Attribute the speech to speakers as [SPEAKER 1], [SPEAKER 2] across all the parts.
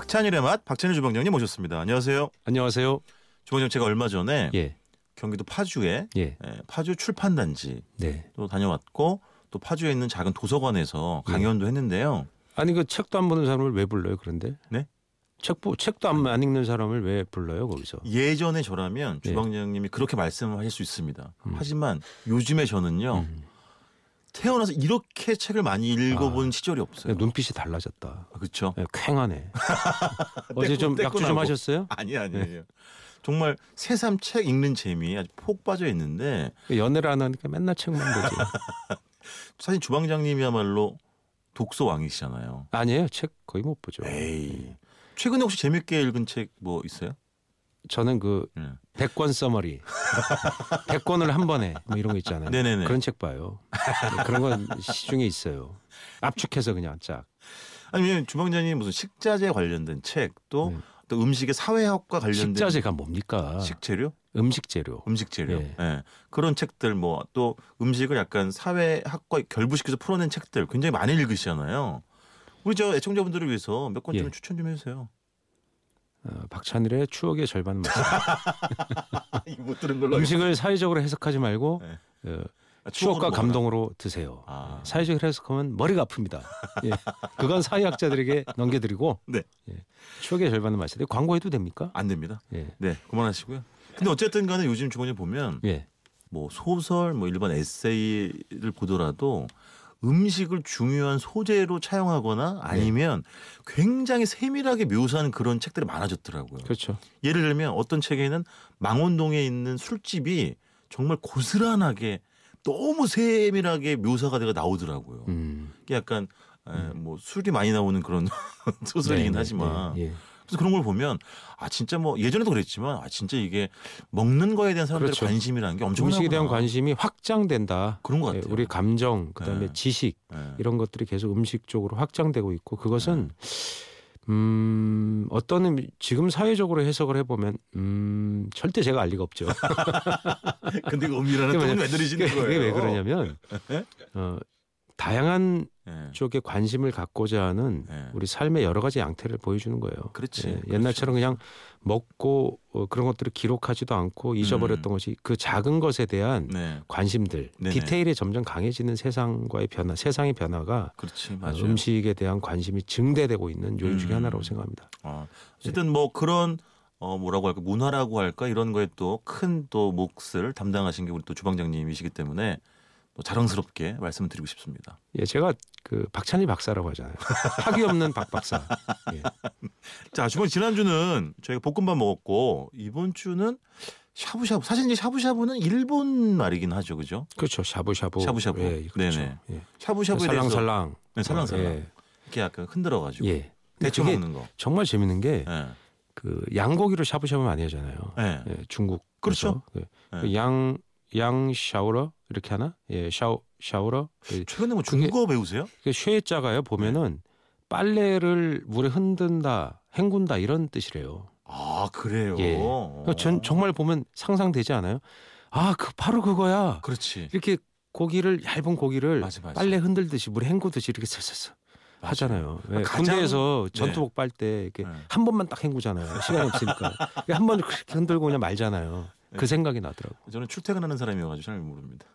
[SPEAKER 1] 박찬일의 맛 박찬일 주방장님 모셨습니다. 안녕하세요.
[SPEAKER 2] 안녕하세요.
[SPEAKER 1] 주방장님 제가 얼마 전에
[SPEAKER 2] 예,
[SPEAKER 1] 경기도 파주에
[SPEAKER 2] 예,
[SPEAKER 1] 예, 파주 출판단지
[SPEAKER 2] 네.
[SPEAKER 1] 또 다녀왔고 또 파주에 있는 작은 도서관에서 강연도 했는데요.
[SPEAKER 2] 아니 그 책도 안 보는 사람을 왜 불러요? 그런데
[SPEAKER 1] 네?
[SPEAKER 2] 책 보, 책도 안, 안 읽는 사람을 왜 불러요? 거기서
[SPEAKER 1] 예전에 저라면
[SPEAKER 2] 예.
[SPEAKER 1] 주방장님이 그렇게 말씀하실 수 있습니다. 하지만 요즘에
[SPEAKER 2] 음.
[SPEAKER 1] 저는요 태어나서 이렇게 책을 많이 읽어본 시절이 없어요.
[SPEAKER 2] 눈빛이 달라졌다.
[SPEAKER 1] 아, 그렇죠?
[SPEAKER 2] 예, 쾌하네. 어제 좀
[SPEAKER 1] 떼꾸-
[SPEAKER 2] 약주 좀
[SPEAKER 1] 떼꾸나고.
[SPEAKER 2] 하셨어요?
[SPEAKER 1] 아니 아니에요. 정말 새삼 책 읽는 재미에 아주 폭 빠져 있는데
[SPEAKER 2] 연애를 안 하니까 맨날 책만 보지.
[SPEAKER 1] 사실 주방장님이야말로 독서 왕이시잖아요.
[SPEAKER 2] 아니에요, 책 거의 못 보죠.
[SPEAKER 1] 네. 에이. 예. 최근에 혹시 재밌게 읽은 책 뭐 있어요?
[SPEAKER 2] 저는 그
[SPEAKER 1] 네.
[SPEAKER 2] 백권 써머리, 백권을 한 번에 뭐 이런 거 있잖아요.
[SPEAKER 1] 네네네.
[SPEAKER 2] 그런 책 봐요. 네, 그런 건 시중에 있어요. 압축해서 그냥 쫙.
[SPEAKER 1] 아니면 주방장님 무슨 식자재 관련된 책 또
[SPEAKER 2] 네.
[SPEAKER 1] 또 음식의 사회학과 관련된
[SPEAKER 2] 식자재가 아. 뭡니까?
[SPEAKER 1] 식재료,
[SPEAKER 2] 음식 재료.
[SPEAKER 1] 음식 재료,
[SPEAKER 2] 네.
[SPEAKER 1] 예. 그런 책들 뭐 또 음식을 약간 사회학과 결부시켜서 풀어낸 책들 굉장히 많이 읽으시잖아요. 우리 저 애청자분들을 위해서 몇 권 좀
[SPEAKER 2] 예.
[SPEAKER 1] 추천 좀 해주세요.
[SPEAKER 2] 어, 박찬일의 추억의 절반 맛.
[SPEAKER 1] 못 들은 걸로. 네.
[SPEAKER 2] 음식을 사회적으로 해석하지 말고 어, 추억과 감동으로 드세요.
[SPEAKER 1] 아.
[SPEAKER 2] 예, 사회적으로 해석하면 머리가 아픕니다. 예. 그건 사회학자들에게 넘겨드리고
[SPEAKER 1] 네.
[SPEAKER 2] 예. 추억의 절반은 맛이다. 광고해도 됩니까?
[SPEAKER 1] 안 됩니다.
[SPEAKER 2] 예.
[SPEAKER 1] 네, 그만하시고요. 근데 어쨌든간에 요즘 주방장님 보면
[SPEAKER 2] 예.
[SPEAKER 1] 뭐 소설 뭐 일반 에세이를 보더라도 음식을 중요한 소재로 차용하거나
[SPEAKER 2] 네.
[SPEAKER 1] 아니면 굉장히 세밀하게 묘사하는 그런 책들이 많아졌더라고요.
[SPEAKER 2] 그렇죠.
[SPEAKER 1] 예를 들면 어떤 책에는 망원동에 있는 술집이 정말 고스란하게 너무 세밀하게 묘사가 되가 나오더라고요.
[SPEAKER 2] 음.
[SPEAKER 1] 이게 약간 에, 뭐 술이 많이 나오는 그런 소설이긴
[SPEAKER 2] 네, 네,
[SPEAKER 1] 하지만
[SPEAKER 2] 예, 예.
[SPEAKER 1] 그래서 그런 걸 보면 아 진짜 뭐 예전에도 그랬지만 아 진짜 이게 먹는 거에 대한 사람들의
[SPEAKER 2] 그렇죠.
[SPEAKER 1] 관심이라는 게 엄청나구나.
[SPEAKER 2] 음식에 대한 관심이 확장된다.
[SPEAKER 1] 그런 것
[SPEAKER 2] 예,
[SPEAKER 1] 같아요.
[SPEAKER 2] 우리 감정, 그다음에
[SPEAKER 1] 네.
[SPEAKER 2] 지식
[SPEAKER 1] 예.
[SPEAKER 2] 이런 것들이 계속 음식 쪽으로 확장되고 있고 그것은 음, 어떤 의미- 지금 사회적으로 해석을 해보면 음, 절대 제가 알 리가 없죠.
[SPEAKER 1] 근데 그 음미라는
[SPEAKER 2] 그게
[SPEAKER 1] 똥은
[SPEAKER 2] 뭐냐-
[SPEAKER 1] 왜 들이시는
[SPEAKER 2] 그게
[SPEAKER 1] 거예요?
[SPEAKER 2] 왜 그러냐면
[SPEAKER 1] 예?
[SPEAKER 2] 어, 다양한
[SPEAKER 1] 예.
[SPEAKER 2] 쪽에 관심을 갖고자 하는
[SPEAKER 1] 예.
[SPEAKER 2] 우리 삶의 여러 가지 양태를 보여주는 거예요.
[SPEAKER 1] 그렇지.
[SPEAKER 2] 예,
[SPEAKER 1] 그렇죠.
[SPEAKER 2] 옛날처럼 그냥 먹고 어, 그런 것들을 기록하지도 않고 잊어버렸던 것이 그 작은 것에 대한
[SPEAKER 1] 네.
[SPEAKER 2] 관심들,
[SPEAKER 1] 음. 네네.
[SPEAKER 2] 디테일에 점점 강해지는 세상과의 변화, 세상의 변화가
[SPEAKER 1] 그렇지. 맞아요.
[SPEAKER 2] 어, 음식에 대한 관심이 증대되고 있는 요인 중에
[SPEAKER 1] 음.
[SPEAKER 2] 하나라고 생각합니다.
[SPEAKER 1] 아, 어쨌든 뭐 그런 어 뭐라고 할까 문화라고 할까 이런 거에 또 큰 또 몫을 담당하신 게 우리 또 주방장님이시기 때문에 또 자랑스럽게 말씀을 드리고 싶습니다.
[SPEAKER 2] 예, 제가 그 박찬일 박사라고 하잖아요. 학위 없는 박 박사. 예.
[SPEAKER 1] 자, 주방 지난주는 저희가 볶음밥 먹었고 이번 주는 샤브샤브. 사실 이제 샤브샤브는 일본 말이긴 하죠. 그죠?
[SPEAKER 2] 그렇죠. 샤브샤브.
[SPEAKER 1] 샤브샤브.
[SPEAKER 2] 예, 그렇죠.
[SPEAKER 1] 네네.
[SPEAKER 2] 예.
[SPEAKER 1] 샤브샤브에 대해서
[SPEAKER 2] 살랑살랑.
[SPEAKER 1] 네, 살랑살랑.
[SPEAKER 2] 예.
[SPEAKER 1] 이렇게 약간 흔들어 가지고
[SPEAKER 2] 예.
[SPEAKER 1] 대충
[SPEAKER 2] 그게
[SPEAKER 1] 먹는 거.
[SPEAKER 2] 정말 재밌는 게
[SPEAKER 1] 예. 네.
[SPEAKER 2] 그 양고기로 샤브샤브 많이 하잖아요.
[SPEAKER 1] 예.
[SPEAKER 2] 예, 중국.
[SPEAKER 1] 그렇죠.
[SPEAKER 2] 예.
[SPEAKER 1] 예.
[SPEAKER 2] 그 양, 양 샤오러 이렇게 하나? 예, 샤오, 샤오러. 예.
[SPEAKER 1] 최근에 뭐 중국어 배우세요?
[SPEAKER 2] 그 쉐자가요 보면은
[SPEAKER 1] 네.
[SPEAKER 2] 빨래를 물에 흔든다, 헹군다 이런 뜻이래요.
[SPEAKER 1] 아, 그래요.
[SPEAKER 2] 예.
[SPEAKER 1] 어.
[SPEAKER 2] 그러니까 전 정말 보면 상상되지 않아요? 아, 그 바로 그거야.
[SPEAKER 1] 그렇지.
[SPEAKER 2] 이렇게 고기를 얇은 고기를
[SPEAKER 1] 맞아, 맞아.
[SPEAKER 2] 빨래 흔들듯이 물에 헹구듯이 이렇게 슬슬슬
[SPEAKER 1] 맞아요.
[SPEAKER 2] 하잖아요. 예,
[SPEAKER 1] 가장-
[SPEAKER 2] 군대에서
[SPEAKER 1] 네.
[SPEAKER 2] 전투복 빨 때 이렇게
[SPEAKER 1] 네.
[SPEAKER 2] 한 번만 딱 헹구잖아요. 시간이 없으니까 한 번 그렇게 흔들고 그냥 말잖아요.
[SPEAKER 1] 네.
[SPEAKER 2] 그 생각이 나더라고.
[SPEAKER 1] 저는 출퇴근하는 사람이어가지고 잘 모릅니다.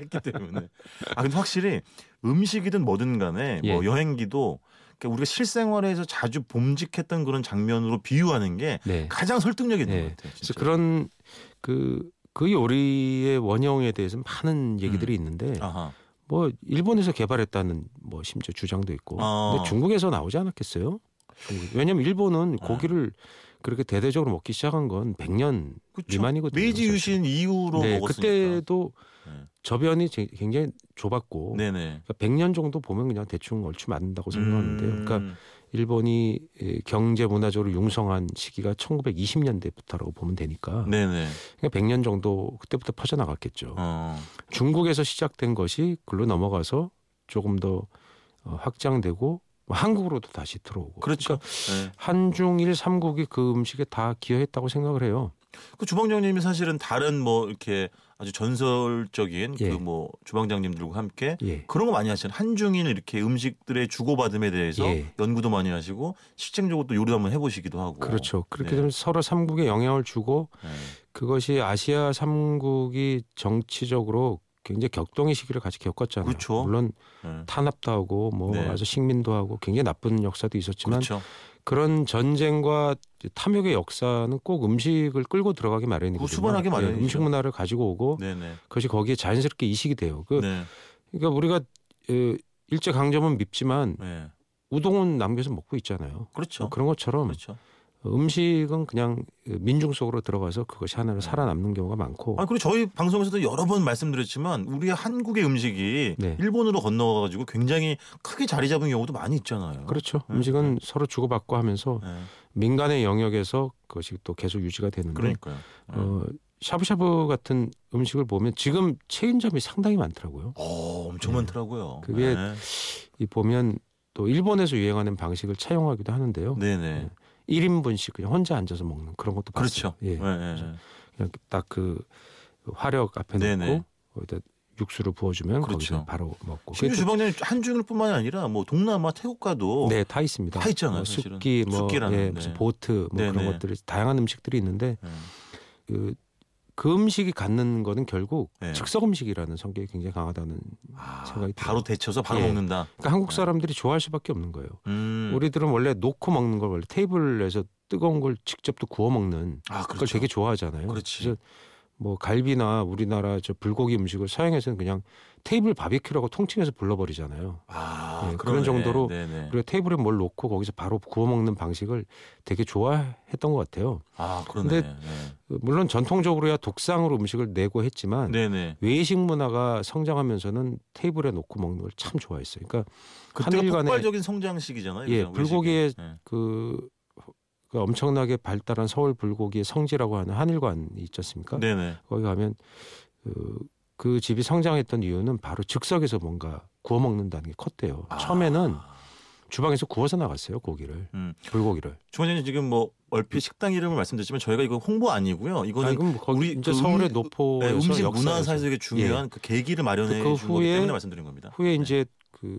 [SPEAKER 1] 했기 때문에. 아 근데 확실히 음식이든 뭐든 간에 뭐
[SPEAKER 2] 예.
[SPEAKER 1] 여행기도 그러니까 우리가 실생활에서 자주 봄직했던 그런 장면으로 비유하는 게
[SPEAKER 2] 네.
[SPEAKER 1] 가장 설득력 있는
[SPEAKER 2] 네.
[SPEAKER 1] 것 같아요.
[SPEAKER 2] 그래서
[SPEAKER 1] 진짜.
[SPEAKER 2] 그런 그, 그 요리의 원형에 대해서 많은 얘기들이 있는데
[SPEAKER 1] 음. 아하.
[SPEAKER 2] 뭐 일본에서 개발했다는 뭐 심지어 주장도 있고
[SPEAKER 1] 아.
[SPEAKER 2] 근데 중국에서 나오지 않았겠어요? 중국. 왜냐면 일본은
[SPEAKER 1] 아.
[SPEAKER 2] 고기를 그렇게 대대적으로 먹기 시작한 건 100년
[SPEAKER 1] 그쵸.
[SPEAKER 2] 미만이거든요.
[SPEAKER 1] 메이지
[SPEAKER 2] 사실.
[SPEAKER 1] 유신 이후로
[SPEAKER 2] 네,
[SPEAKER 1] 먹었으니까.
[SPEAKER 2] 그때도
[SPEAKER 1] 네.
[SPEAKER 2] 저변이 제- 굉장히 좁았고
[SPEAKER 1] 네네.
[SPEAKER 2] 그러니까 100년 정도 보면 그냥 대충 얼추 맞는다고 생각하는데요. 그러니까
[SPEAKER 1] 음,
[SPEAKER 2] 일본이 예, 경제 문화적으로 융성한 시기가 1920년대부터라고 보면 되니까
[SPEAKER 1] 네네.
[SPEAKER 2] 그러니까 100년 정도 그때부터 퍼져나갔겠죠.
[SPEAKER 1] 어.
[SPEAKER 2] 중국에서 시작된 것이 글로 넘어가서 조금 더 어, 확장되고 뭐 한국으로도 다시 들어오고.
[SPEAKER 1] 그렇죠.
[SPEAKER 2] 그러니까
[SPEAKER 1] 네.
[SPEAKER 2] 한중일 삼국이 그 음식에 다 기여했다고 생각을 해요.
[SPEAKER 1] 그 주방장님이 사실은 다른 뭐 이렇게 아주 전설적인
[SPEAKER 2] 예.
[SPEAKER 1] 그 뭐 주방장님들과 함께
[SPEAKER 2] 예.
[SPEAKER 1] 그런 거 많이 하시는 한중인 이렇게 음식들의 주고받음에 대해서
[SPEAKER 2] 예.
[SPEAKER 1] 연구도 많이 하시고 실증적으로 또 요리도 한번 해보시기도 하고
[SPEAKER 2] 그렇죠. 그렇게
[SPEAKER 1] 네.
[SPEAKER 2] 되면 서로 삼국에 영향을 주고
[SPEAKER 1] 네.
[SPEAKER 2] 그것이 아시아 삼국이 정치적으로 굉장히 격동의 시기를 같이 겪었잖아요.
[SPEAKER 1] 그렇죠.
[SPEAKER 2] 물론
[SPEAKER 1] 네.
[SPEAKER 2] 탄압도 하고 뭐
[SPEAKER 1] 네.
[SPEAKER 2] 아주 식민도 하고 굉장히 나쁜 역사도 있었지만
[SPEAKER 1] 그렇죠.
[SPEAKER 2] 그런 전쟁과 탐욕의 역사는 꼭 음식을 끌고 들어가기
[SPEAKER 1] 그거
[SPEAKER 2] 마련이거든요.
[SPEAKER 1] 뭐 수반하기
[SPEAKER 2] 예,
[SPEAKER 1] 마련이죠.
[SPEAKER 2] 음식 문화를 가지고 오고
[SPEAKER 1] 네네.
[SPEAKER 2] 그것이 거기에 자연스럽게 이식이 돼요. 그,
[SPEAKER 1] 네.
[SPEAKER 2] 그러니까 우리가 일제 강점은 밉지만
[SPEAKER 1] 네.
[SPEAKER 2] 우동은 남겨서 먹고 있잖아요. 뭐
[SPEAKER 1] 그렇죠.
[SPEAKER 2] 그런 것처럼
[SPEAKER 1] 그렇죠.
[SPEAKER 2] 음식은 그냥 민중 속으로 들어가서 그것이 하나로 살아남는 경우가 많고
[SPEAKER 1] 네. 아 그리고 저희 방송에서도 여러 번 말씀드렸지만 우리 한국의 음식이
[SPEAKER 2] 네.
[SPEAKER 1] 일본으로 건너가지고 굉장히 크게 자리 잡은 경우도 많이 있잖아요.
[SPEAKER 2] 그렇죠.
[SPEAKER 1] 네,
[SPEAKER 2] 음식은 서로 주고받고 하면서
[SPEAKER 1] 네.
[SPEAKER 2] 민간의 영역에서 그것이 또 계속 유지가 되는데
[SPEAKER 1] 그러니까요. 어.
[SPEAKER 2] 뭐 어, 샤브샤브 같은 음식을 보면 지금 체인점이 상당히 많더라고요.
[SPEAKER 1] 어, 엄청
[SPEAKER 2] 네.
[SPEAKER 1] 많더라고요.
[SPEAKER 2] 그게-
[SPEAKER 1] 네.
[SPEAKER 2] 이 보면 또 일본에서 유행하는 방식을 차용하기도 하는데요.
[SPEAKER 1] 네네.
[SPEAKER 2] 네. 1인분씩 그냥 혼자 앉아서 먹는 그런 것도
[SPEAKER 1] 그렇죠.
[SPEAKER 2] 봤어요.
[SPEAKER 1] 네,
[SPEAKER 2] 예.
[SPEAKER 1] 네, 네.
[SPEAKER 2] 그냥 딱 그 화력 앞에
[SPEAKER 1] 네네.
[SPEAKER 2] 놓고 거기다 육수를 부어주면
[SPEAKER 1] 그렇죠.
[SPEAKER 2] 거기서 바로 먹고.
[SPEAKER 1] 심지어 주방장님 한중일뿐만이 아니라 뭐 동남아, 태국과도
[SPEAKER 2] 네, 다 있습니다.
[SPEAKER 1] 뭐 다 있잖아요,
[SPEAKER 2] 뭐
[SPEAKER 1] 사실은.
[SPEAKER 2] 숙기, 뭐
[SPEAKER 1] 쑥기라는,
[SPEAKER 2] 예,
[SPEAKER 1] 네.
[SPEAKER 2] 무슨 보트, 뭐 그런
[SPEAKER 1] 네네.
[SPEAKER 2] 것들이 다양한 음식들이 있는데
[SPEAKER 1] 네.
[SPEAKER 2] 그, 그 음식이 갖는 거는 결국
[SPEAKER 1] 네.
[SPEAKER 2] 즉석 음식이라는 성격이 굉장히 강하다는.
[SPEAKER 1] 아,
[SPEAKER 2] 생각이
[SPEAKER 1] 바로 데쳐서 바로
[SPEAKER 2] 예.
[SPEAKER 1] 먹는다.
[SPEAKER 2] 그러니까 한국 사람들이 좋아할 수밖에 없는 거예요.
[SPEAKER 1] 네. 음.
[SPEAKER 2] 우리들은 원래 놓고 먹는 걸 원래 테이블에서 뜨거운 걸 직접 또 구워 먹는
[SPEAKER 1] 아
[SPEAKER 2] 그걸
[SPEAKER 1] 그렇죠.
[SPEAKER 2] 되게 좋아하잖아요.
[SPEAKER 1] 그렇지.
[SPEAKER 2] 래서뭐 갈비나 우리나라 저 불고기 음식을 서양에서는 그냥 테이블 바비큐라고 통칭해서 불러버리잖아요.
[SPEAKER 1] 아
[SPEAKER 2] 예, 그런
[SPEAKER 1] 그러네.
[SPEAKER 2] 정도로
[SPEAKER 1] 네네.
[SPEAKER 2] 그리고 테이블에 뭘 놓고 거기서 바로 구워 먹는 방식을 되게 좋아했던 것 같아요.
[SPEAKER 1] 아 그러네.
[SPEAKER 2] 근데-
[SPEAKER 1] 네.
[SPEAKER 2] 물론 전통적으로야 독상으로 음식을 내고 했지만
[SPEAKER 1] 네네.
[SPEAKER 2] 외식 문화가 성장하면서는 테이블에 놓고 먹는 걸 참 좋아했어요. 그러니까
[SPEAKER 1] 그때가
[SPEAKER 2] 한일간의-
[SPEAKER 1] 폭발적인 성장식이잖아요.
[SPEAKER 2] 예,
[SPEAKER 1] 그죠?
[SPEAKER 2] 불고기의
[SPEAKER 1] 외식이. 네.
[SPEAKER 2] 그, 그 엄청나게 발달한 서울 불고기의 성지라고 하는 한일관이 있지 않습니까?
[SPEAKER 1] 네네.
[SPEAKER 2] 거기 가면 그, 그 집이 성장했던 이유는 바로 즉석에서 뭔가 구워 먹는다는 게 컸대요.
[SPEAKER 1] 아.
[SPEAKER 2] 처음에는 주방에서 구워서 나갔어요 고기를
[SPEAKER 1] 음.
[SPEAKER 2] 불고기를.
[SPEAKER 1] 주원장님 지금 뭐 얼핏 식당 이름을 말씀드렸지만 저희가 이거 홍보 아니고요.
[SPEAKER 2] 아니,
[SPEAKER 1] 이거는
[SPEAKER 2] 그럼 뭐 거기
[SPEAKER 1] 우리
[SPEAKER 2] 이제
[SPEAKER 1] 그
[SPEAKER 2] 서울의
[SPEAKER 1] 음-
[SPEAKER 2] 노포
[SPEAKER 1] 네,
[SPEAKER 2] 에서 예.
[SPEAKER 1] 음식 문화사에서 되게 중요한 그 계기를 마련해
[SPEAKER 2] 그
[SPEAKER 1] 준 거기
[SPEAKER 2] 후에-
[SPEAKER 1] 때문에 말씀드린 겁니다.
[SPEAKER 2] 후에 이제 그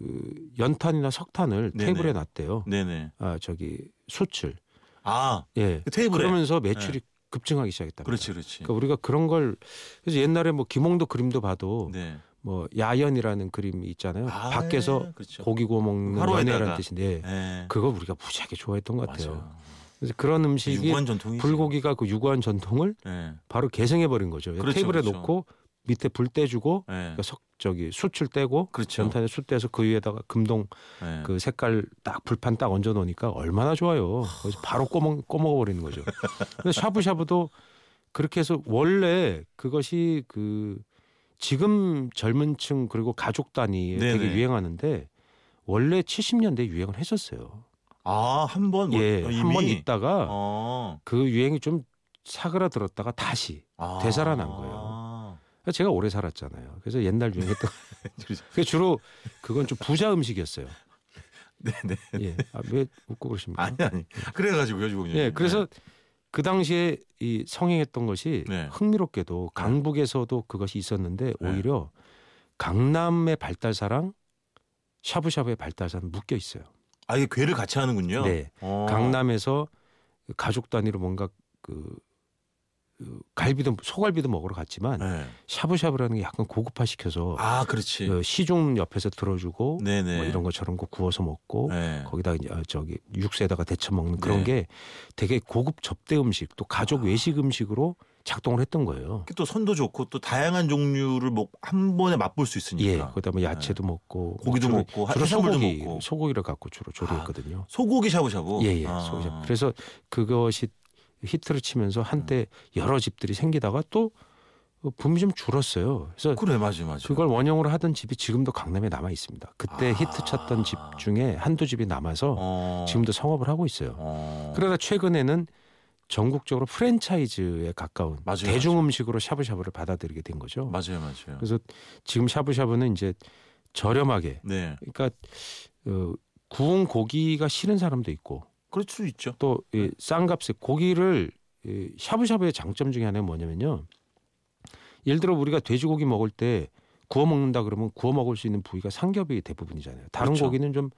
[SPEAKER 2] 연탄이나 석탄을
[SPEAKER 1] 네. 네네. 음.
[SPEAKER 2] 테이블에 놨대요.
[SPEAKER 1] 네네.
[SPEAKER 2] 아 저기 수출.
[SPEAKER 1] 아
[SPEAKER 2] 예.
[SPEAKER 1] 그 테이블에.
[SPEAKER 2] 그러면서 매출이 급증하기 시작했다.
[SPEAKER 1] 그렇지 그렇지.
[SPEAKER 2] 그러니까 우리가 그런 걸 그래서 옛날에 뭐 김홍도 그림도 봐도
[SPEAKER 1] 네.
[SPEAKER 2] 뭐 야연이라는 그림이 있잖아요.
[SPEAKER 1] 아,
[SPEAKER 2] 밖에서
[SPEAKER 1] 그렇죠.
[SPEAKER 2] 고기 구워 먹는
[SPEAKER 1] 화로에다가.
[SPEAKER 2] 연애라는 뜻인데 예.
[SPEAKER 1] 네.
[SPEAKER 2] 그걸 우리가 무지하게 좋아했던 것 같아요.
[SPEAKER 1] 맞아요.
[SPEAKER 2] 그래서 그런 음식이
[SPEAKER 1] 유구한 전통이
[SPEAKER 2] 불고기가 그 유구한 전통을
[SPEAKER 1] 네.
[SPEAKER 2] 바로 계승해 버린 거죠.
[SPEAKER 1] 그렇죠,
[SPEAKER 2] 테이블에
[SPEAKER 1] 그렇죠.
[SPEAKER 2] 놓고 밑에 불 떼주고
[SPEAKER 1] 네.
[SPEAKER 2] 그러니까 석 저기 숯을 떼고
[SPEAKER 1] 그렇죠.
[SPEAKER 2] 연탄에 숯 떼서 그 위에다가 금동
[SPEAKER 1] 네.
[SPEAKER 2] 그 색깔 딱 불판 딱 얹어 놓으니까 얼마나 좋아요. 그래서 바로 꼬먹 꼬먹어 버리는 거죠. 근데 샤브샤브도 그렇게 해서 원래 그것이 그 지금 젊은층 그리고 가족 단위에
[SPEAKER 1] 네네.
[SPEAKER 2] 되게 유행하는데 원래 70년대 유행을 했었어요.
[SPEAKER 1] 아, 한 번, 뭐,
[SPEAKER 2] 예,
[SPEAKER 1] 이미
[SPEAKER 2] 한 번 있다가
[SPEAKER 1] 어.
[SPEAKER 2] 그 유행이 좀 사그라들었다가 다시
[SPEAKER 1] 아.
[SPEAKER 2] 되살아난 거예요. 제가 오래 살았잖아요. 그래서 옛날 유행했던
[SPEAKER 1] 그렇죠.
[SPEAKER 2] 그 주로 그건 좀 부자 음식이었어요.
[SPEAKER 1] 네네.
[SPEAKER 2] 예, 아, 왜 웃고 그러십니까?
[SPEAKER 1] 아니, 네. 아니. 그래가지고요, 주공님.
[SPEAKER 2] 예, 그래서 그 당시에 이 성행했던 것이
[SPEAKER 1] 네.
[SPEAKER 2] 흥미롭게도 강북에서도 그것이 있었는데
[SPEAKER 1] 네.
[SPEAKER 2] 오히려 강남의 발달사랑 샤브샤브의 발달사는 묶여 있어요.
[SPEAKER 1] 아, 이게 괴를 같이 하는군요.
[SPEAKER 2] 네,
[SPEAKER 1] 어.
[SPEAKER 2] 강남에서 가족 단위로 뭔가 그, 그 갈비도 소갈비도 먹으러 갔지만
[SPEAKER 1] 네.
[SPEAKER 2] 샤브샤브라는 게 약간 고급화 시켜서
[SPEAKER 1] 아, 그렇지.
[SPEAKER 2] 시중 옆에서 들어주고
[SPEAKER 1] 네네.
[SPEAKER 2] 뭐 이런 것처럼 그 구워서 먹고
[SPEAKER 1] 네.
[SPEAKER 2] 거기다 이제 아, 저기 육수에다가 데쳐 먹는 그런
[SPEAKER 1] 네.
[SPEAKER 2] 게 되게 고급 접대 음식 또 가족
[SPEAKER 1] 아.
[SPEAKER 2] 외식 음식으로 작동을 했던 거예요.
[SPEAKER 1] 또 선도 좋고 또 다양한 종류를 뭐 한 번에 맛볼 수
[SPEAKER 2] 예,
[SPEAKER 1] 있으니까. 네.
[SPEAKER 2] 거기다 뭐 야채도 먹고
[SPEAKER 1] 고기도
[SPEAKER 2] 주로,
[SPEAKER 1] 먹고 하-
[SPEAKER 2] 주로
[SPEAKER 1] 해산물도
[SPEAKER 2] 소고기
[SPEAKER 1] 먹고. 아,
[SPEAKER 2] 소고기를 갖고 주로 조리했거든요.
[SPEAKER 1] 소고기 샤브샤브.
[SPEAKER 2] 예예.
[SPEAKER 1] 아.
[SPEAKER 2] 소고기. 그래서 그것이 히트를 치면서 한때
[SPEAKER 1] 음.
[SPEAKER 2] 여러 집들이 생기다가 또 붐이 좀 줄었어요. 그래서
[SPEAKER 1] 그래 맞아 맞아.
[SPEAKER 2] 그걸 원형으로 하던 집이 지금도 강남에 남아 있습니다. 그때
[SPEAKER 1] 아.
[SPEAKER 2] 히트 쳤던 집 중에 한두 집이 남아서
[SPEAKER 1] 어.
[SPEAKER 2] 지금도 성업을 하고 있어요.
[SPEAKER 1] 어.
[SPEAKER 2] 그러다 최근에는 전국적으로 프랜차이즈에 가까운
[SPEAKER 1] 맞아요,
[SPEAKER 2] 대중 음식으로 샤브샤브를 받아들이게 된 거죠.
[SPEAKER 1] 맞아요 맞아요.
[SPEAKER 2] 그래서 지금 샤브샤브는 이제 저렴하게
[SPEAKER 1] 네.
[SPEAKER 2] 그러니까 어, 구운 고기가 싫은 사람도 있고
[SPEAKER 1] 그럴 수 있죠.
[SPEAKER 2] 또이 싼값에 고기를 이 샤브샤브의 장점 중에 하나는 뭐냐면요. 예를 들어 우리가 돼지고기 먹을 때 구워 먹는다 그러면 구워 먹을 수 있는 부위가 삼겹이 대부분이잖아요. 다른
[SPEAKER 1] 그렇죠.
[SPEAKER 2] 고기는 좀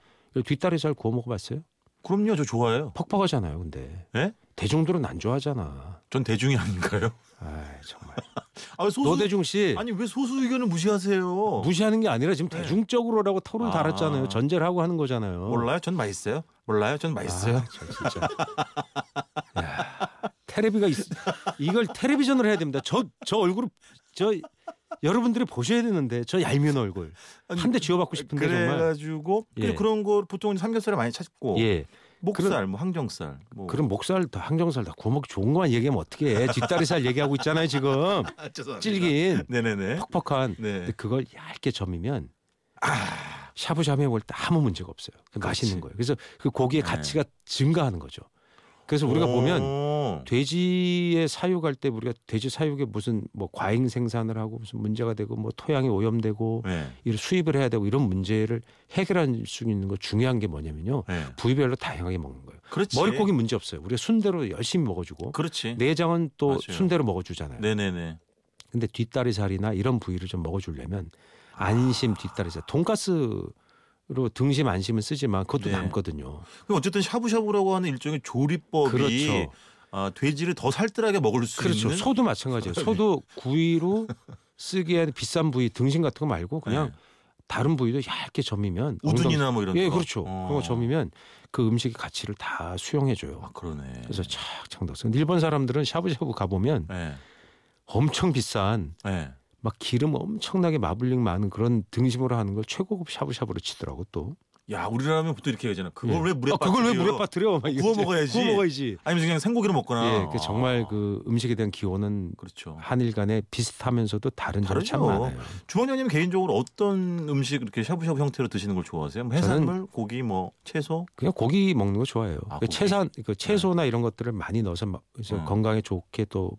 [SPEAKER 2] 뒷다리 살 구워 먹어봤어요?
[SPEAKER 1] 그럼요, 저 좋아해요.
[SPEAKER 2] 퍽퍽하잖아요, 근데
[SPEAKER 1] 예?
[SPEAKER 2] 대중들은 안 좋아하잖아.
[SPEAKER 1] 전 대중이 아닌가요?
[SPEAKER 2] 아 정말.
[SPEAKER 1] 아, 소수
[SPEAKER 2] 노대중 씨
[SPEAKER 1] 아니 왜 소수 의견을 무시하세요?
[SPEAKER 2] 무시하는 게 아니라 지금
[SPEAKER 1] 네.
[SPEAKER 2] 대중적으로라고 털을
[SPEAKER 1] 아.
[SPEAKER 2] 달았잖아요. 전제를 하고 하는 거잖아요.
[SPEAKER 1] 몰라요? 전 맛있어요. 몰라요? 전 맛있어요.
[SPEAKER 2] 아, 저 진짜. 야, 테레비가 있, 이걸 텔레비전으로 해야 됩니다. 저 저 얼굴 저 여러분들이 보셔야 되는데 저 얄미운 얼굴
[SPEAKER 1] 아니,
[SPEAKER 2] 한 대 지워받고 싶은데 정말.
[SPEAKER 1] 그래가지고 뭐,
[SPEAKER 2] 예.
[SPEAKER 1] 근데 그런 거 보통 삼겹살에 많이 찾고
[SPEAKER 2] 예.
[SPEAKER 1] 목살,
[SPEAKER 2] 그런-
[SPEAKER 1] 뭐 항정살, 뭐
[SPEAKER 2] 그럼 목살 다 항정살 다 구워 먹기 좋은 것만 얘기하면 어떻게 해? 뒷다리살 얘기하고 있잖아요 지금
[SPEAKER 1] 아, 죄송합니다.
[SPEAKER 2] 질긴
[SPEAKER 1] 네네네.
[SPEAKER 2] 퍽퍽한.
[SPEAKER 1] 네. 아.
[SPEAKER 2] 근데 그걸 얇게 점이면 샤브샤브 해볼 때 아무 문제가 없어요. 그
[SPEAKER 1] 그렇지.
[SPEAKER 2] 맛있는 거예요. 그래서 그 고기의
[SPEAKER 1] 네.
[SPEAKER 2] 가치가 증가하는 거죠. 그래서 우리가 보면
[SPEAKER 1] 보면
[SPEAKER 2] 돼지의 사육할 때 우리가 돼지 사육에 무슨 뭐 과잉 생산을 하고 무슨 문제가 되고 뭐 토양이 오염되고
[SPEAKER 1] 네.
[SPEAKER 2] 이런 수입을 해야 되고 이런 문제를 해결할 수 있는 거 중요한 게 뭐냐면요
[SPEAKER 1] 네.
[SPEAKER 2] 부위별로 다양하게 먹는 거예요.
[SPEAKER 1] 그렇지.
[SPEAKER 2] 머릿고기 네. 문제 없어요. 우리가 순대로 열심히 먹어주고
[SPEAKER 1] 그렇지.
[SPEAKER 2] 내장은 또
[SPEAKER 1] 맞아요.
[SPEAKER 2] 순대로 먹어주잖아요.
[SPEAKER 1] 네. 네네
[SPEAKER 2] 근데 뒷다리살이나 이런 부위를 좀 먹어주려면
[SPEAKER 1] 아.
[SPEAKER 2] 안심 뒷다리살 돈가스로 등심 안심은 쓰지만 그것도
[SPEAKER 1] 네.
[SPEAKER 2] 남거든요.
[SPEAKER 1] 어쨌든 샤브샤브라고 하는 일종의 조리법이
[SPEAKER 2] 그렇죠.
[SPEAKER 1] 아, 돼지를 더 살뜰하게 먹을 수
[SPEAKER 2] 그렇죠.
[SPEAKER 1] 있는
[SPEAKER 2] 소도 마찬가지예요.
[SPEAKER 1] 네.
[SPEAKER 2] 소도 구이로 쓰기에 비싼 부위 등심 같은 거 말고 그냥
[SPEAKER 1] 네.
[SPEAKER 2] 다른 부위도 얇게 점이면 엉덩이-
[SPEAKER 1] 우둔이나 뭐 이런
[SPEAKER 2] 예,
[SPEAKER 1] 거.
[SPEAKER 2] 그렇죠.
[SPEAKER 1] 어.
[SPEAKER 2] 그런 거 점이면 그 음식의 가치를 다 수용해 줘요.
[SPEAKER 1] 아, 그러네.
[SPEAKER 2] 그래서 착착 넣었어요. 근데 일본 사람들은 샤브샤브 가 보면
[SPEAKER 1] 네.
[SPEAKER 2] 엄청 비싼
[SPEAKER 1] 네.
[SPEAKER 2] 막 기름 엄청나게 마블링 많은 그런 등심으로 하는 걸 최고급 샤브샤브로 치더라고 또.
[SPEAKER 1] 야, 우리라면 보통 이렇게 얘기하잖아. 그걸
[SPEAKER 2] 예.
[SPEAKER 1] 왜 물에
[SPEAKER 2] 아, 그걸 왜 물에
[SPEAKER 1] 빠뜨려요?
[SPEAKER 2] 빠뜨려? 막 이거지.
[SPEAKER 1] 먹어야지.
[SPEAKER 2] 구워 먹어야지.
[SPEAKER 1] 아니면 그냥 생고기를 먹거나.
[SPEAKER 2] 예, 그 정말 그 음식에 대한 기호는
[SPEAKER 1] 그렇죠.
[SPEAKER 2] 한일 간에 비슷하면서도 다른 점이 참
[SPEAKER 1] 다르죠.
[SPEAKER 2] 많아요.
[SPEAKER 1] 주원장님 개인적으로 어떤 음식 이렇게 샤브샤브 형태로 드시는 걸 좋아하세요? 뭐 해산물, 고기, 뭐 채소?
[SPEAKER 2] 그냥 고기 먹는 거 좋아해요.
[SPEAKER 1] 아, 고기?
[SPEAKER 2] 그 채산 그 채소나 이런 것들을 많이 넣어서 마- 그래서
[SPEAKER 1] 음.
[SPEAKER 2] 건강에 좋게 또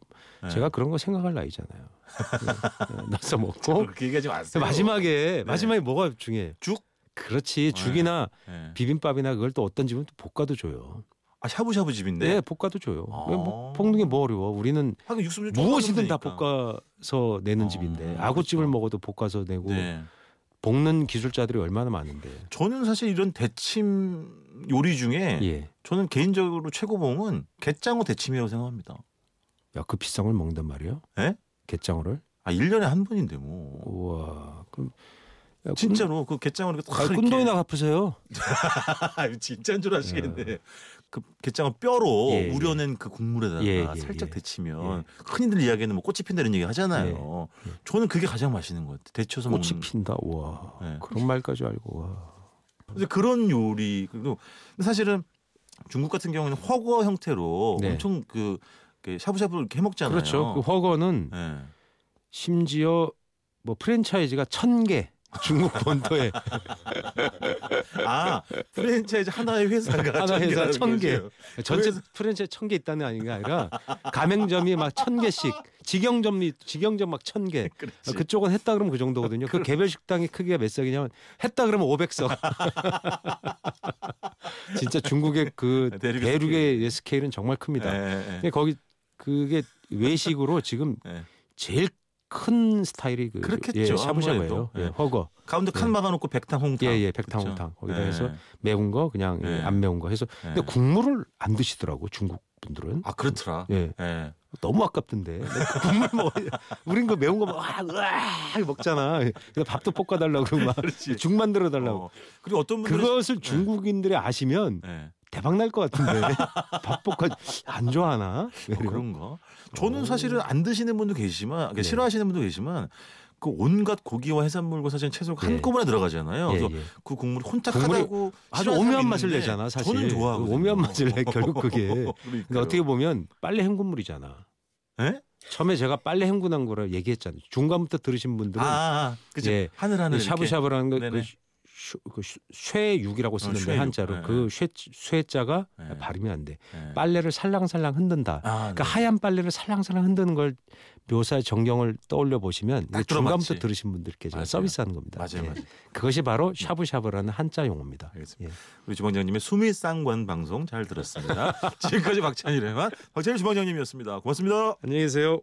[SPEAKER 1] 네.
[SPEAKER 2] 제가 그런 거 생각할 나이잖아요. 네, 네, 넣어서 먹고
[SPEAKER 1] 그렇게 얘기하지 마세요.
[SPEAKER 2] 마지막에
[SPEAKER 1] 네.
[SPEAKER 2] 마지막에 뭐가 중요해?
[SPEAKER 1] 죽? 네.
[SPEAKER 2] 그렇지 죽이나
[SPEAKER 1] 예.
[SPEAKER 2] 비빔밥이나 그걸 또 어떤 집은 또 볶아도 줘요.
[SPEAKER 1] 아 샤브샤브 집인데.
[SPEAKER 2] 네, 볶아도 줘요.
[SPEAKER 1] 아.
[SPEAKER 2] 왜 뭐, 볶는 게 뭐 어려워? 우리는
[SPEAKER 1] 하긴 육수 좀
[SPEAKER 2] 무엇이든 다
[SPEAKER 1] 조금
[SPEAKER 2] 볶아서 내는
[SPEAKER 1] 어,
[SPEAKER 2] 집인데 아구찜을
[SPEAKER 1] 그렇죠.
[SPEAKER 2] 먹어도 볶아서 내고
[SPEAKER 1] 네.
[SPEAKER 2] 볶는 기술자들이 얼마나 많은데.
[SPEAKER 1] 저는 사실 이런 데침 요리 중에
[SPEAKER 2] 예.
[SPEAKER 1] 저는 개인적으로 최고봉은 갯장어 데침이라고 생각합니다.
[SPEAKER 2] 야, 그 비싼 걸 먹는단 말이에요?
[SPEAKER 1] 예?
[SPEAKER 2] 게장어를?
[SPEAKER 1] 아 1년에 한 번인데 뭐.
[SPEAKER 2] 우와. 그럼 야,
[SPEAKER 1] 진짜로 그 갯장어 이렇게
[SPEAKER 2] 꾼,
[SPEAKER 1] 탁
[SPEAKER 2] 아,
[SPEAKER 1] 이렇게-
[SPEAKER 2] 꾼돈이나 갚으세요.
[SPEAKER 1] 아, 진짜인 줄 아시겠네. 그 게장어 뼈로
[SPEAKER 2] 예, 예.
[SPEAKER 1] 우려낸 그 국물에다가
[SPEAKER 2] 예, 예,
[SPEAKER 1] 살짝
[SPEAKER 2] 예.
[SPEAKER 1] 데치면 흔히들 이야기하는 뭐 꽃이 핀다는 얘기 하잖아요.
[SPEAKER 2] 예, 예.
[SPEAKER 1] 저는 그게 가장 맛있는 것 같아요. 데쳐서
[SPEAKER 2] 꽃이
[SPEAKER 1] 먹는.
[SPEAKER 2] 핀다. 우와.
[SPEAKER 1] 예.
[SPEAKER 2] 그런 말까지 알고. 와.
[SPEAKER 1] 근데 그런 요리 그리고 근데 사실은 중국 같은 경우는 허거 형태로
[SPEAKER 2] 네.
[SPEAKER 1] 엄청 그, 그 샤브샤브를 이렇게 해 먹잖아요.
[SPEAKER 2] 그렇죠. 그 허거는
[SPEAKER 1] 예.
[SPEAKER 2] 심지어 뭐 프랜차이즈가 천 개. 중국 본토에
[SPEAKER 1] 아 프랜차이즈 하나의 회사가
[SPEAKER 2] 하나
[SPEAKER 1] 천
[SPEAKER 2] 회사
[SPEAKER 1] 개라는
[SPEAKER 2] 천 개.
[SPEAKER 1] 거죠.
[SPEAKER 2] 전체
[SPEAKER 1] 그래서-
[SPEAKER 2] 프랜차이즈 천 개 있다는 아닌 게 아니라 가맹점이 막 천 개씩 직영점이 직영점 막 천 개.
[SPEAKER 1] 그렇지.
[SPEAKER 2] 그쪽은 했다 그러면 그 정도거든요. 그 개별 식당의 크기가 몇 석이냐면 했다 그러면 500석. 진짜 중국의 그
[SPEAKER 1] 아, 대륙의
[SPEAKER 2] 대륙의 스케일은 정말 큽니다.
[SPEAKER 1] 예, 예.
[SPEAKER 2] 근데 거기 그게 외식으로 지금
[SPEAKER 1] 예.
[SPEAKER 2] 제일 큰 스타일이 그
[SPEAKER 1] 그렇겠죠,
[SPEAKER 2] 예, 샤브샤브예요.
[SPEAKER 1] 아무래도.
[SPEAKER 2] 예,
[SPEAKER 1] 예.
[SPEAKER 2] 허거.
[SPEAKER 1] 가운데 칸
[SPEAKER 2] 예.
[SPEAKER 1] 막아놓고 백탕홍탕.
[SPEAKER 2] 예, 예, 백탕홍탕. 거기다
[SPEAKER 1] 예,
[SPEAKER 2] 해서 매운 거 그냥 예,
[SPEAKER 1] 예.
[SPEAKER 2] 안 매운 거 해서
[SPEAKER 1] 예.
[SPEAKER 2] 근데 국물을 안 드시더라고 중국 분들은.
[SPEAKER 1] 아 그렇더라.
[SPEAKER 2] 예.
[SPEAKER 1] 예.
[SPEAKER 2] 너무 아깝던데. 나 국물 먹어. 우린 그 매운 거 막, 으악, 으악 먹잖아. 근데 밥도 볶아달라고 그러고 막,
[SPEAKER 1] 그렇지.
[SPEAKER 2] 죽 만들어 달라고.
[SPEAKER 1] 어. 그리고 어떤 분들은 네.
[SPEAKER 2] 그것을 중국인들이 아시면
[SPEAKER 1] 예.
[SPEAKER 2] 대박 날 것 같은데. 밥 볶아, 안 좋아하나?
[SPEAKER 1] 뭐 그런가? 저는
[SPEAKER 2] 오.
[SPEAKER 1] 사실은 안 드시는 분도 계시지만 그러니까
[SPEAKER 2] 네.
[SPEAKER 1] 싫어하시는 분도 계시지만 그 온갖 고기와 해산물과 사실 채소가
[SPEAKER 2] 예.
[SPEAKER 1] 한꺼번에 들어가잖아요.
[SPEAKER 2] 예,
[SPEAKER 1] 그래서
[SPEAKER 2] 예.
[SPEAKER 1] 그 국물이 혼탁하다고
[SPEAKER 2] 아주
[SPEAKER 1] 싫어하는
[SPEAKER 2] 오묘한
[SPEAKER 1] 사람이
[SPEAKER 2] 맛을
[SPEAKER 1] 있는데
[SPEAKER 2] 내잖아, 사실.
[SPEAKER 1] 저는 좋아하고
[SPEAKER 2] 오묘한 맛을 내, 결국 그게. 근데 어떻게 보면 빨래 헹군물이잖아.
[SPEAKER 1] 예?
[SPEAKER 2] 처음에 제가 빨래 헹구는 거라 얘기했잖아요. 중간부터 들으신 분들은
[SPEAKER 1] 아, 아, 그죠.
[SPEAKER 2] 예.
[SPEAKER 1] 하늘 하늘
[SPEAKER 2] 샤브샤브라는 거
[SPEAKER 1] 네네.
[SPEAKER 2] 그 쇠- 그 쇠- 쇠육이라고 쓰는데
[SPEAKER 1] 쇠육.
[SPEAKER 2] 한자로
[SPEAKER 1] 네.
[SPEAKER 2] 그 쇠, 쇠자가
[SPEAKER 1] 네.
[SPEAKER 2] 발음이 안 돼.
[SPEAKER 1] 예.
[SPEAKER 2] 빨래를 살랑살랑 흔든다.
[SPEAKER 1] 아, 네.
[SPEAKER 2] 그러니까 하얀 빨래를 살랑살랑 흔드는 걸 묘사의 정경을 떠올려 보시면
[SPEAKER 1] 딱
[SPEAKER 2] 이게 중간부터
[SPEAKER 1] 들어맞지.
[SPEAKER 2] 들으신 분들께 제가
[SPEAKER 1] 맞아요.
[SPEAKER 2] 서비스하는 겁니다.
[SPEAKER 1] 맞아요,
[SPEAKER 2] 예.
[SPEAKER 1] 맞아요.
[SPEAKER 2] 그것이 바로 샤브샤브라는 한자 용어입니다.
[SPEAKER 1] 알겠습니다.
[SPEAKER 2] 예.
[SPEAKER 1] 우리 주방장님의 수미 쌍관 방송 잘 들었습니다. 지금까지 박찬일의 맛 박찬일 주방장님이었습니다. 고맙습니다.
[SPEAKER 2] 안녕히 계세요.